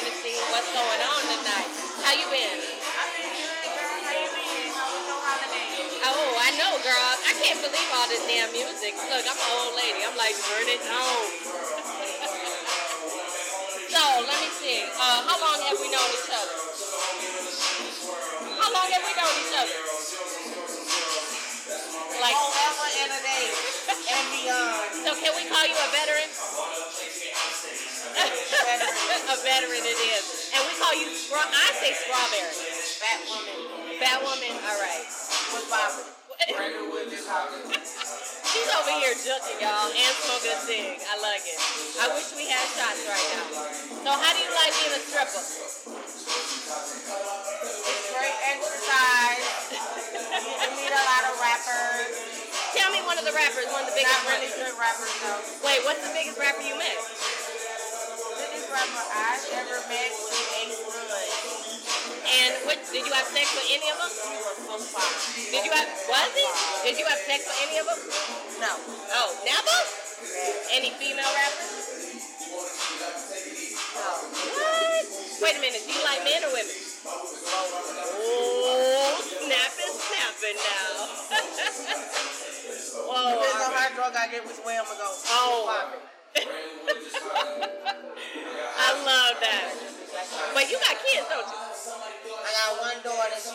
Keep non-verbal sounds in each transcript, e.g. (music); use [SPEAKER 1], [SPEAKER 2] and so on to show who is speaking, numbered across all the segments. [SPEAKER 1] what's going on tonight. How you been? Oh, I know, girl. I can't believe all this damn music. Look, I'm an old lady. I'm like, turn it on. (laughs) so, let me see. Uh, how long have we known each other? How long have we known each other? Like,
[SPEAKER 2] Forever and a day and beyond.
[SPEAKER 1] so can we call you a veteran? (laughs) a veteran it is. And we call you, straw- I say strawberry.
[SPEAKER 2] Fat woman
[SPEAKER 1] Bad woman, all right.
[SPEAKER 2] was bothered.
[SPEAKER 1] (laughs) She's over here juking, y'all, and smoking a cig. I like it. I wish we had shots right now. So how do you like being a stripper?
[SPEAKER 2] It's great exercise. you meet a lot of rappers.
[SPEAKER 1] Tell me one of the rappers, one of the biggest
[SPEAKER 2] Not really
[SPEAKER 1] rappers.
[SPEAKER 2] good rappers though.
[SPEAKER 1] Wait, what's the biggest rapper you met?
[SPEAKER 2] Biggest rapper I've ever met was Ace Hood.
[SPEAKER 1] And what, did you have sex with any of them?
[SPEAKER 2] You were so fine.
[SPEAKER 1] Did you have, was he? Did you have sex with any of them?
[SPEAKER 2] No.
[SPEAKER 1] Oh, never? Any female rappers? What? Wait a minute, do you like men or women? Oh, snapping, snapping now. (laughs) Whoa.
[SPEAKER 2] Depends on
[SPEAKER 1] all right.
[SPEAKER 2] how drunk I get, which way I'm gonna go.
[SPEAKER 1] Oh. (laughs) I love that. But you got kids, don't you?
[SPEAKER 2] I got one daughter, she's 10.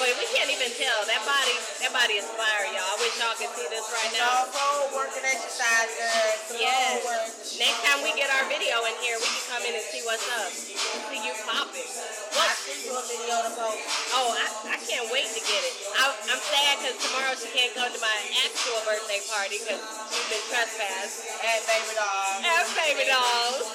[SPEAKER 1] But we can't even tell. That body, that body is fire, y'all. I wish y'all could see this right now.
[SPEAKER 2] Also working exercise, girl.
[SPEAKER 1] Yes.
[SPEAKER 2] Slow work.
[SPEAKER 1] Next time we get our video in here, we can come in and see what's up. See you popping.
[SPEAKER 2] I
[SPEAKER 1] What?
[SPEAKER 2] sent you a video to post.
[SPEAKER 1] Oh, I, I can't wait to get it. I, I'm sad because tomorrow she can't come to my actual birthday party because she's been trespassed.
[SPEAKER 2] And baby doll.
[SPEAKER 1] And baby dolls. (laughs)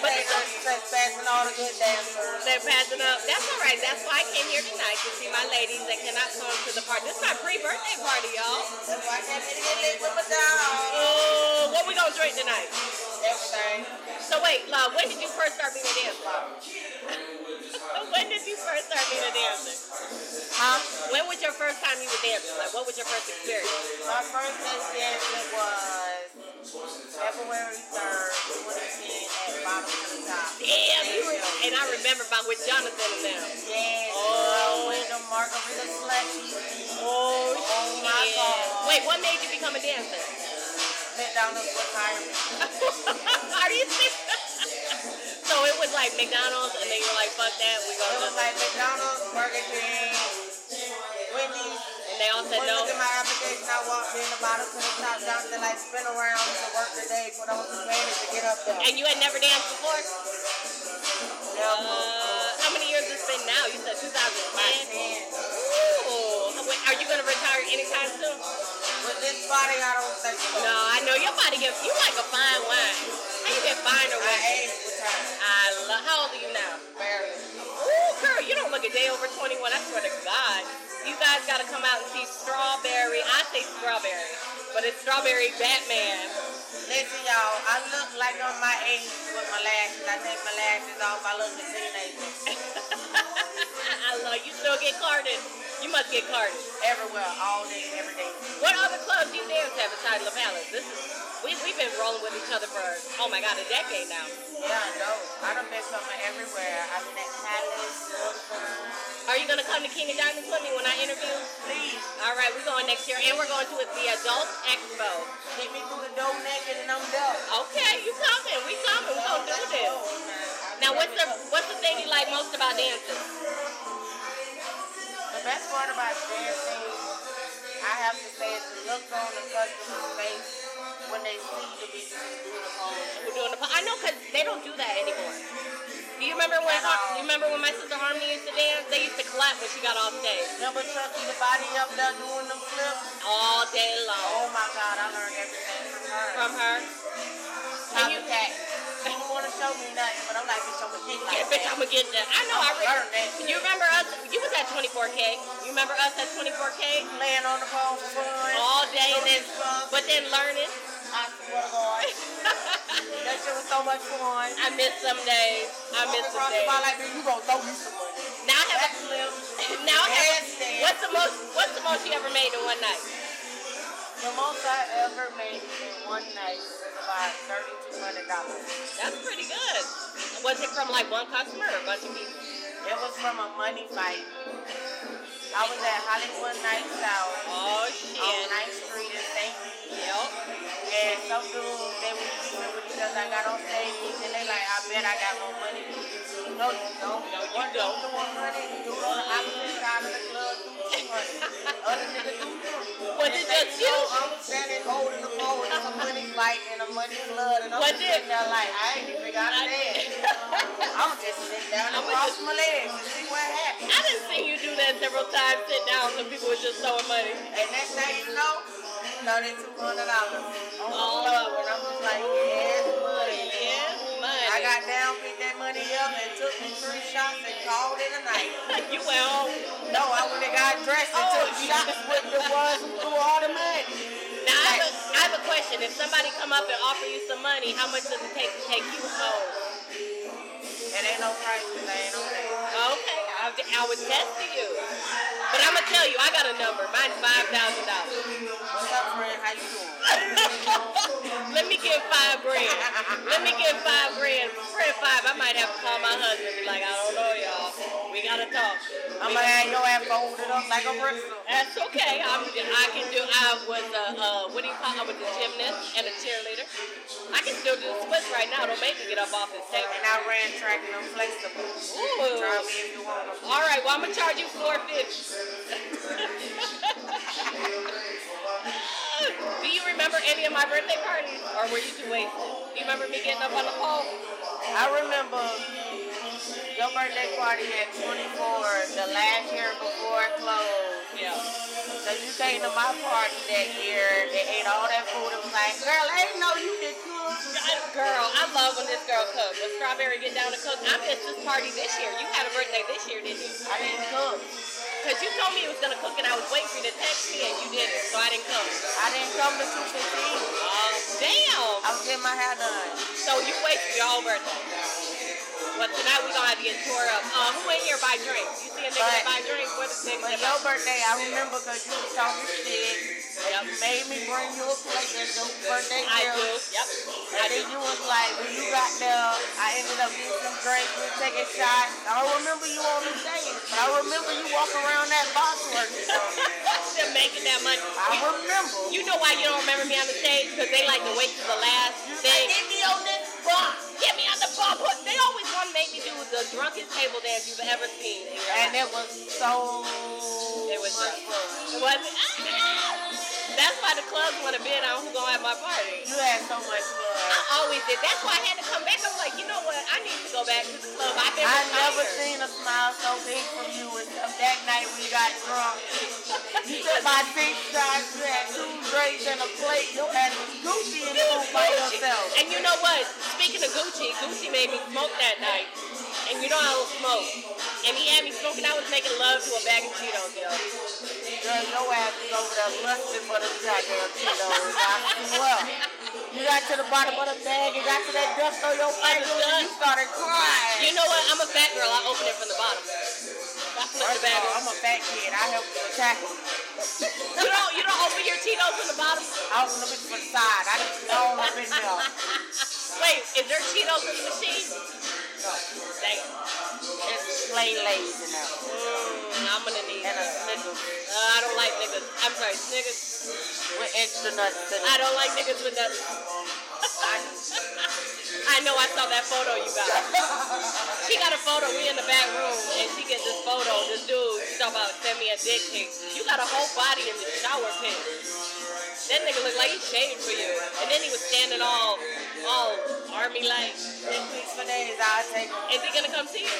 [SPEAKER 1] but
[SPEAKER 2] They
[SPEAKER 1] they're,
[SPEAKER 2] don't trespassing all the good dancers.
[SPEAKER 1] they're passing up. That's all right. That's why I came here tonight to see my ladies that cannot come to the party. This is my pre-birthday party, y'all.
[SPEAKER 2] That's why I can't get lit with my dog.
[SPEAKER 1] Oh, what we gonna drink tonight?
[SPEAKER 2] Everything.
[SPEAKER 1] So wait, love, when did you first start being a dancer? when did you first start being a dancer?
[SPEAKER 2] Huh?
[SPEAKER 1] When was your first time you were dancing? Like, what was your first experience?
[SPEAKER 2] My first dance dancing was February 3rd, 2010 at Bottom to the Top.
[SPEAKER 1] Damn, you were, and I remember about with Jonathan and them.
[SPEAKER 2] Yes,
[SPEAKER 1] Oh.
[SPEAKER 2] girl, with the margarita slushies.
[SPEAKER 1] Oh,
[SPEAKER 2] Oh, my
[SPEAKER 1] shit.
[SPEAKER 2] God.
[SPEAKER 1] Wait, what made you become a dancer? (laughs)
[SPEAKER 2] McDonald's retirement.
[SPEAKER 1] Are you serious? (laughs) so it was like McDonald's, and then you were like, fuck that, we
[SPEAKER 2] It
[SPEAKER 1] gonna
[SPEAKER 2] was like McDonald's, Burger King, Wendy's.
[SPEAKER 1] And they all said
[SPEAKER 2] When
[SPEAKER 1] no.
[SPEAKER 2] look at my application, I walked in the bottom to the top, down to like spin around to work the day when I was managed to get up there.
[SPEAKER 1] And you had never danced before? Uh, how many years it's been now? You said 2010?
[SPEAKER 2] With
[SPEAKER 1] Ooh. Wait, are you gonna retire anytime soon?
[SPEAKER 2] this body, I don't think so.
[SPEAKER 1] No, I know your body gets, you like a fine wine. How you get fine or
[SPEAKER 2] I
[SPEAKER 1] wine?
[SPEAKER 2] ate it with time.
[SPEAKER 1] I love, how old are you now?
[SPEAKER 2] Barely.
[SPEAKER 1] Ooh, girl, you don't look a day over 21. I swear to God. You guys got to come out and see Strawberry. I say Strawberry, but it's Strawberry Batman. (laughs)
[SPEAKER 2] Listen, y'all, I look like I'm my 80s with my lashes. I take my lashes off, I look like a teenager.
[SPEAKER 1] I love you. Still get carded. You must get carded.
[SPEAKER 2] Everywhere, all day, every day.
[SPEAKER 1] What other clubs do you dance at besides La Palace? This is, we, we've been rolling with each other for, oh my God, a decade now.
[SPEAKER 2] Yeah, I know. I done been somewhere everywhere. I've been at Palace, Wilson.
[SPEAKER 1] Are you going to come to King of Diamonds with me when I interview?
[SPEAKER 2] Please,
[SPEAKER 1] All right, we're going next year, and we're going to the Adult Expo.
[SPEAKER 2] hit me through the door naked and I'm done.
[SPEAKER 1] Okay, you coming. We coming. We're going to do Oh, this. Now, what's the what's the thing you like most about dancing?
[SPEAKER 2] The best part about dancing, I have to say, is the look on the customer's face when they see the music is beautiful.
[SPEAKER 1] We're doing the po- I know because they don't do that anymore. Do you remember when Har- you remember when my sister Harmony used to dance? They used to clap when she got off stage
[SPEAKER 2] Remember Chucky, the body up there doing them flips?
[SPEAKER 1] all day
[SPEAKER 2] Oh
[SPEAKER 1] long
[SPEAKER 2] my God, I learned everything
[SPEAKER 1] from
[SPEAKER 2] from her.
[SPEAKER 1] her.
[SPEAKER 2] Top
[SPEAKER 1] and you-
[SPEAKER 2] cat. She didn't want to show me nothing, but I'm like, bitch, I'm gonna hit like
[SPEAKER 1] Yeah, bitch,
[SPEAKER 2] that.
[SPEAKER 1] I'ma get that. I know. I re-
[SPEAKER 2] learned that.
[SPEAKER 1] You remember us? You was at 24K. You remember us at 24K
[SPEAKER 2] Laying on the phone for fun.
[SPEAKER 1] all day and then, but then learning.
[SPEAKER 2] I swear to
[SPEAKER 1] (laughs)
[SPEAKER 2] God, that shit was so much fun.
[SPEAKER 1] I miss some days. I miss some
[SPEAKER 2] across the bar
[SPEAKER 1] days.
[SPEAKER 2] like, bitch, you gonna throw me some money.
[SPEAKER 1] Now I have. A, (laughs) now I have. A,
[SPEAKER 2] Handstand.
[SPEAKER 1] what's the most? What's the most you ever made in one night?
[SPEAKER 2] The most I ever made in one night was about thirty-two hundred dollars.
[SPEAKER 1] That's pretty good. Was it from like one customer or a bunch of people?
[SPEAKER 2] It was from a money fight. I was at Hollywood Nights Out
[SPEAKER 1] Oh
[SPEAKER 2] on
[SPEAKER 1] shit.
[SPEAKER 2] 9th Street in St. Louis.
[SPEAKER 1] Yep.
[SPEAKER 2] And some dude, they were beefing with each other. I got on stage and they like, I bet I got more money. than you." No, you don't.
[SPEAKER 1] No, you
[SPEAKER 2] One
[SPEAKER 1] don't.
[SPEAKER 2] dude do 100, dude on the opposite side of the club do 200. Other nigga do 200.
[SPEAKER 1] Was it just you?
[SPEAKER 2] I'm standing holding the pole and it's a money fight and a money flood and I'm
[SPEAKER 1] Was
[SPEAKER 2] just
[SPEAKER 1] it-
[SPEAKER 2] sitting there like, I ain't even got a
[SPEAKER 1] (laughs)
[SPEAKER 2] dance. I'm just sitting down and
[SPEAKER 1] I'm gonna
[SPEAKER 2] cross
[SPEAKER 1] just-
[SPEAKER 2] my legs and see what happens.
[SPEAKER 1] I didn't see you do that several times. Sit down, so people were just throwing money.
[SPEAKER 2] And next thing you know, $3,200 on the club and I'm just like, yes, money.
[SPEAKER 1] Yes, money.
[SPEAKER 2] I got down, picked that money up, and took me three shots and called it a night.
[SPEAKER 1] (laughs) you went home.
[SPEAKER 2] No, I went and got dressed and took
[SPEAKER 1] Oh.
[SPEAKER 2] shots with the ones who threw all the money.
[SPEAKER 1] Now I have, a, I have a question. If somebody come up and offer you some money, how much does it take to take you home?
[SPEAKER 2] It ain't no price, it ain't on that.
[SPEAKER 1] Okay, I, I was testing you, but I'm gonna tell you, I got a number. Mine's five thousand dollars. (laughs)
[SPEAKER 2] What's up, friend? How you doing?
[SPEAKER 1] Let me get five grand. Let me get five grand. Friend five, I might have to call my husband. and Be like, I don't know, y'all. We gotta talk.
[SPEAKER 2] I'm gonna have your ass folded up like a bristle.
[SPEAKER 1] That's okay. I'm, I can do. I was a uh, what do you call? I was a gymnast and a cheerleader. I can still do splits right now. Don't make me get up off this table.
[SPEAKER 2] And I ran track and I'm flexible.
[SPEAKER 1] Ooh.
[SPEAKER 2] Try me if you want to.
[SPEAKER 1] All right. Well, I'm gonna charge you four fifty. (laughs) do you remember any of my birthday parties, or were you too wasted? Do you remember me getting up on the pole?
[SPEAKER 2] I remember your birthday party at 24, the last year before it closed.
[SPEAKER 1] Yeah.
[SPEAKER 2] So you came to my party that year, they ate all that food and was like, girl, I ain't know you did good.
[SPEAKER 1] I- Girl, I love when this girl cooks. When Strawberry get down to cook, I missed this party this year. You had a birthday this year, didn't you?
[SPEAKER 2] I didn't cook.
[SPEAKER 1] Because you told me you was going to cook, and I was waiting for you to text me, and you didn't, so I didn't come.
[SPEAKER 2] I didn't come to
[SPEAKER 1] Oh,
[SPEAKER 2] 215. I
[SPEAKER 1] damn.
[SPEAKER 2] was getting my hair done.
[SPEAKER 1] So you wasted your whole birthday. Well, tonight we going to have to get tore up. Uh, who in here buy drinks? You see a nigga that
[SPEAKER 2] But-
[SPEAKER 1] buy drinks? What is nigga
[SPEAKER 2] But
[SPEAKER 1] that
[SPEAKER 2] your
[SPEAKER 1] buy
[SPEAKER 2] birthday, I remember because you was talking shit. And you made me bring you a plate at your birthday
[SPEAKER 1] I do.
[SPEAKER 2] girl.
[SPEAKER 1] Yep. I
[SPEAKER 2] And
[SPEAKER 1] do.
[SPEAKER 2] then you was like, when you got there, I ended up getting some drinks, we were taking shots. I don't remember you on the stage, but I remember you walking around that box working.
[SPEAKER 1] They're making that money.
[SPEAKER 2] I
[SPEAKER 1] You-
[SPEAKER 2] remember.
[SPEAKER 1] You know why you don't remember me on the stage? Because they like to wait till the last
[SPEAKER 2] said,
[SPEAKER 1] thing.
[SPEAKER 2] get me on this box.
[SPEAKER 1] Get me out the bar. Put, they always want to make me do the drunkest table dance you've ever seen. in your
[SPEAKER 2] And
[SPEAKER 1] life.
[SPEAKER 2] it was so
[SPEAKER 1] It was
[SPEAKER 2] much
[SPEAKER 1] rough.
[SPEAKER 2] fun.
[SPEAKER 1] It wasn't. Ah! (laughs) That's why the clubs want to bid on who's going to have my party.
[SPEAKER 2] You had so much fun.
[SPEAKER 1] I always did. That's why I had to come back. I'm like, you know what? I need to go back to the club. I've been
[SPEAKER 2] I never
[SPEAKER 1] retired.
[SPEAKER 2] seen a smile so big from you until that night we got drunk.
[SPEAKER 1] (laughs)
[SPEAKER 2] You took my big shots, you had two drinks and a plate, your ass was Gucci in the room by
[SPEAKER 1] Gucci.
[SPEAKER 2] yourself.
[SPEAKER 1] And you know what? Speaking of Gucci, Gucci made me smoke that night. And you know I don't smoke. And he had me smoking. I was making love to a bag of Cheetos, yo.
[SPEAKER 2] Girl, your ass was over there lusting for them goddamn Cheetos. I swear. You got to the bottom of the bag, you got to that dust on your face, and you started crying.
[SPEAKER 1] You know what? I'm a fat girl. I open it from the bottom. I flip the
[SPEAKER 2] First of
[SPEAKER 1] bag.
[SPEAKER 2] all, I'm
[SPEAKER 1] up.
[SPEAKER 2] a fat kid. I help you tackle.
[SPEAKER 1] You don't. You don't open your Cheetos from the bottom.
[SPEAKER 2] I was looking for the side. I just gone up in there.
[SPEAKER 1] Wait, is there Cheetos in the machine? Dang.
[SPEAKER 2] It's play lays in there.
[SPEAKER 1] Mm, I'm gonna need
[SPEAKER 2] And a
[SPEAKER 1] that.
[SPEAKER 2] snickle
[SPEAKER 1] Uh, I don't like niggas. I'm sorry, niggas.
[SPEAKER 2] with extra nuts in
[SPEAKER 1] I
[SPEAKER 2] it.
[SPEAKER 1] don't like niggas with that. I know I saw that photo you got. She got a photo. We in the back room, and she gets this photo. This dude, she talking about send me a dick pic. You got a whole body in the shower pic. That nigga looked like he shaved for you, and then he was standing all, all army like.
[SPEAKER 2] Six weeks for days, I'll take it.
[SPEAKER 1] Is he gonna come see you?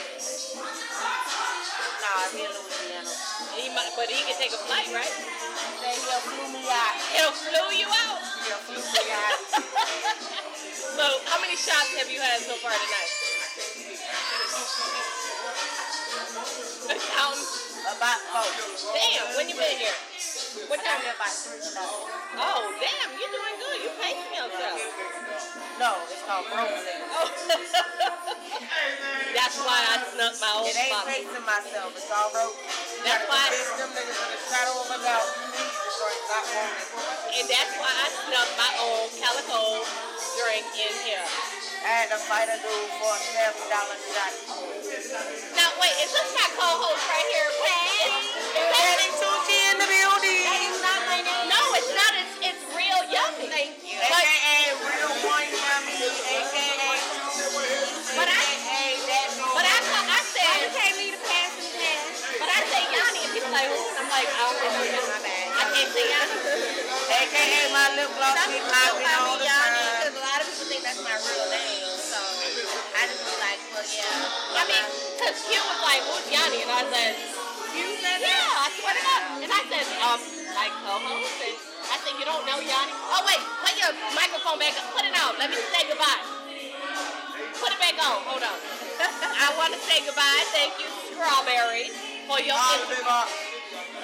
[SPEAKER 2] Nah, he in Louisiana.
[SPEAKER 1] He might, but he can take a flight, right?
[SPEAKER 2] Say he'll flew me out.
[SPEAKER 1] It'll flew you out.
[SPEAKER 2] He'll flew me out.
[SPEAKER 1] So, how many shots have you had so far tonight? Um,
[SPEAKER 2] About four.
[SPEAKER 1] damn, when you been here? What
[SPEAKER 2] I got
[SPEAKER 1] time?
[SPEAKER 2] me about three shots.
[SPEAKER 1] Oh, damn, you doing good. You pacing yourself. (laughs)
[SPEAKER 2] No, it's called broken.
[SPEAKER 1] Oh. That's why I snuck my old
[SPEAKER 2] It ain't
[SPEAKER 1] spot.
[SPEAKER 2] facing myself. It's all broken.
[SPEAKER 1] That's why-
[SPEAKER 2] Them niggas in the shadow of a doubt. You need to drink. I want it.
[SPEAKER 1] And that's why I snuck my own calico drink in here.
[SPEAKER 2] I had to fight a dude for a seven dollar shot.
[SPEAKER 1] Now wait, is this my co-host right here? Wait.
[SPEAKER 2] Daddy Tucci in the building.
[SPEAKER 1] No, it's not. It's it's real yummy. Thank you. But,
[SPEAKER 2] AKA real one yummy. AKA
[SPEAKER 1] but I
[SPEAKER 2] that
[SPEAKER 1] but I ca- I said
[SPEAKER 3] can't leave the past in the past.
[SPEAKER 1] but I said Yanni and people like who? I'm like I don't know who my bad. I can't say Yanni.
[SPEAKER 2] AKA my lip gloss
[SPEAKER 3] Some
[SPEAKER 2] be
[SPEAKER 3] people go
[SPEAKER 2] popping
[SPEAKER 3] by
[SPEAKER 2] all
[SPEAKER 3] me
[SPEAKER 2] the
[SPEAKER 3] Yanni
[SPEAKER 2] time.
[SPEAKER 3] because a lot of people think that's my real name. So I just be like, well, yeah.
[SPEAKER 1] I mean, (laughs) cause Q was like who's Yanni and I said
[SPEAKER 3] you said
[SPEAKER 1] yeah I swear to God and I said um like co-host and I said you don't know Yanni. Oh wait, put your microphone back up. Put it on. Let me say goodbye. Put it back on. Hold on. (laughs) I want to say goodbye. Thank you, Strawberry, for your
[SPEAKER 2] All the
[SPEAKER 1] input.
[SPEAKER 2] big off.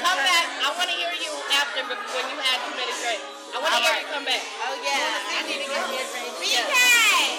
[SPEAKER 1] Come back. I want to hear you after when you had too many drinks. I want to hear you come back.
[SPEAKER 3] Oh, yeah. I need to get different. BK!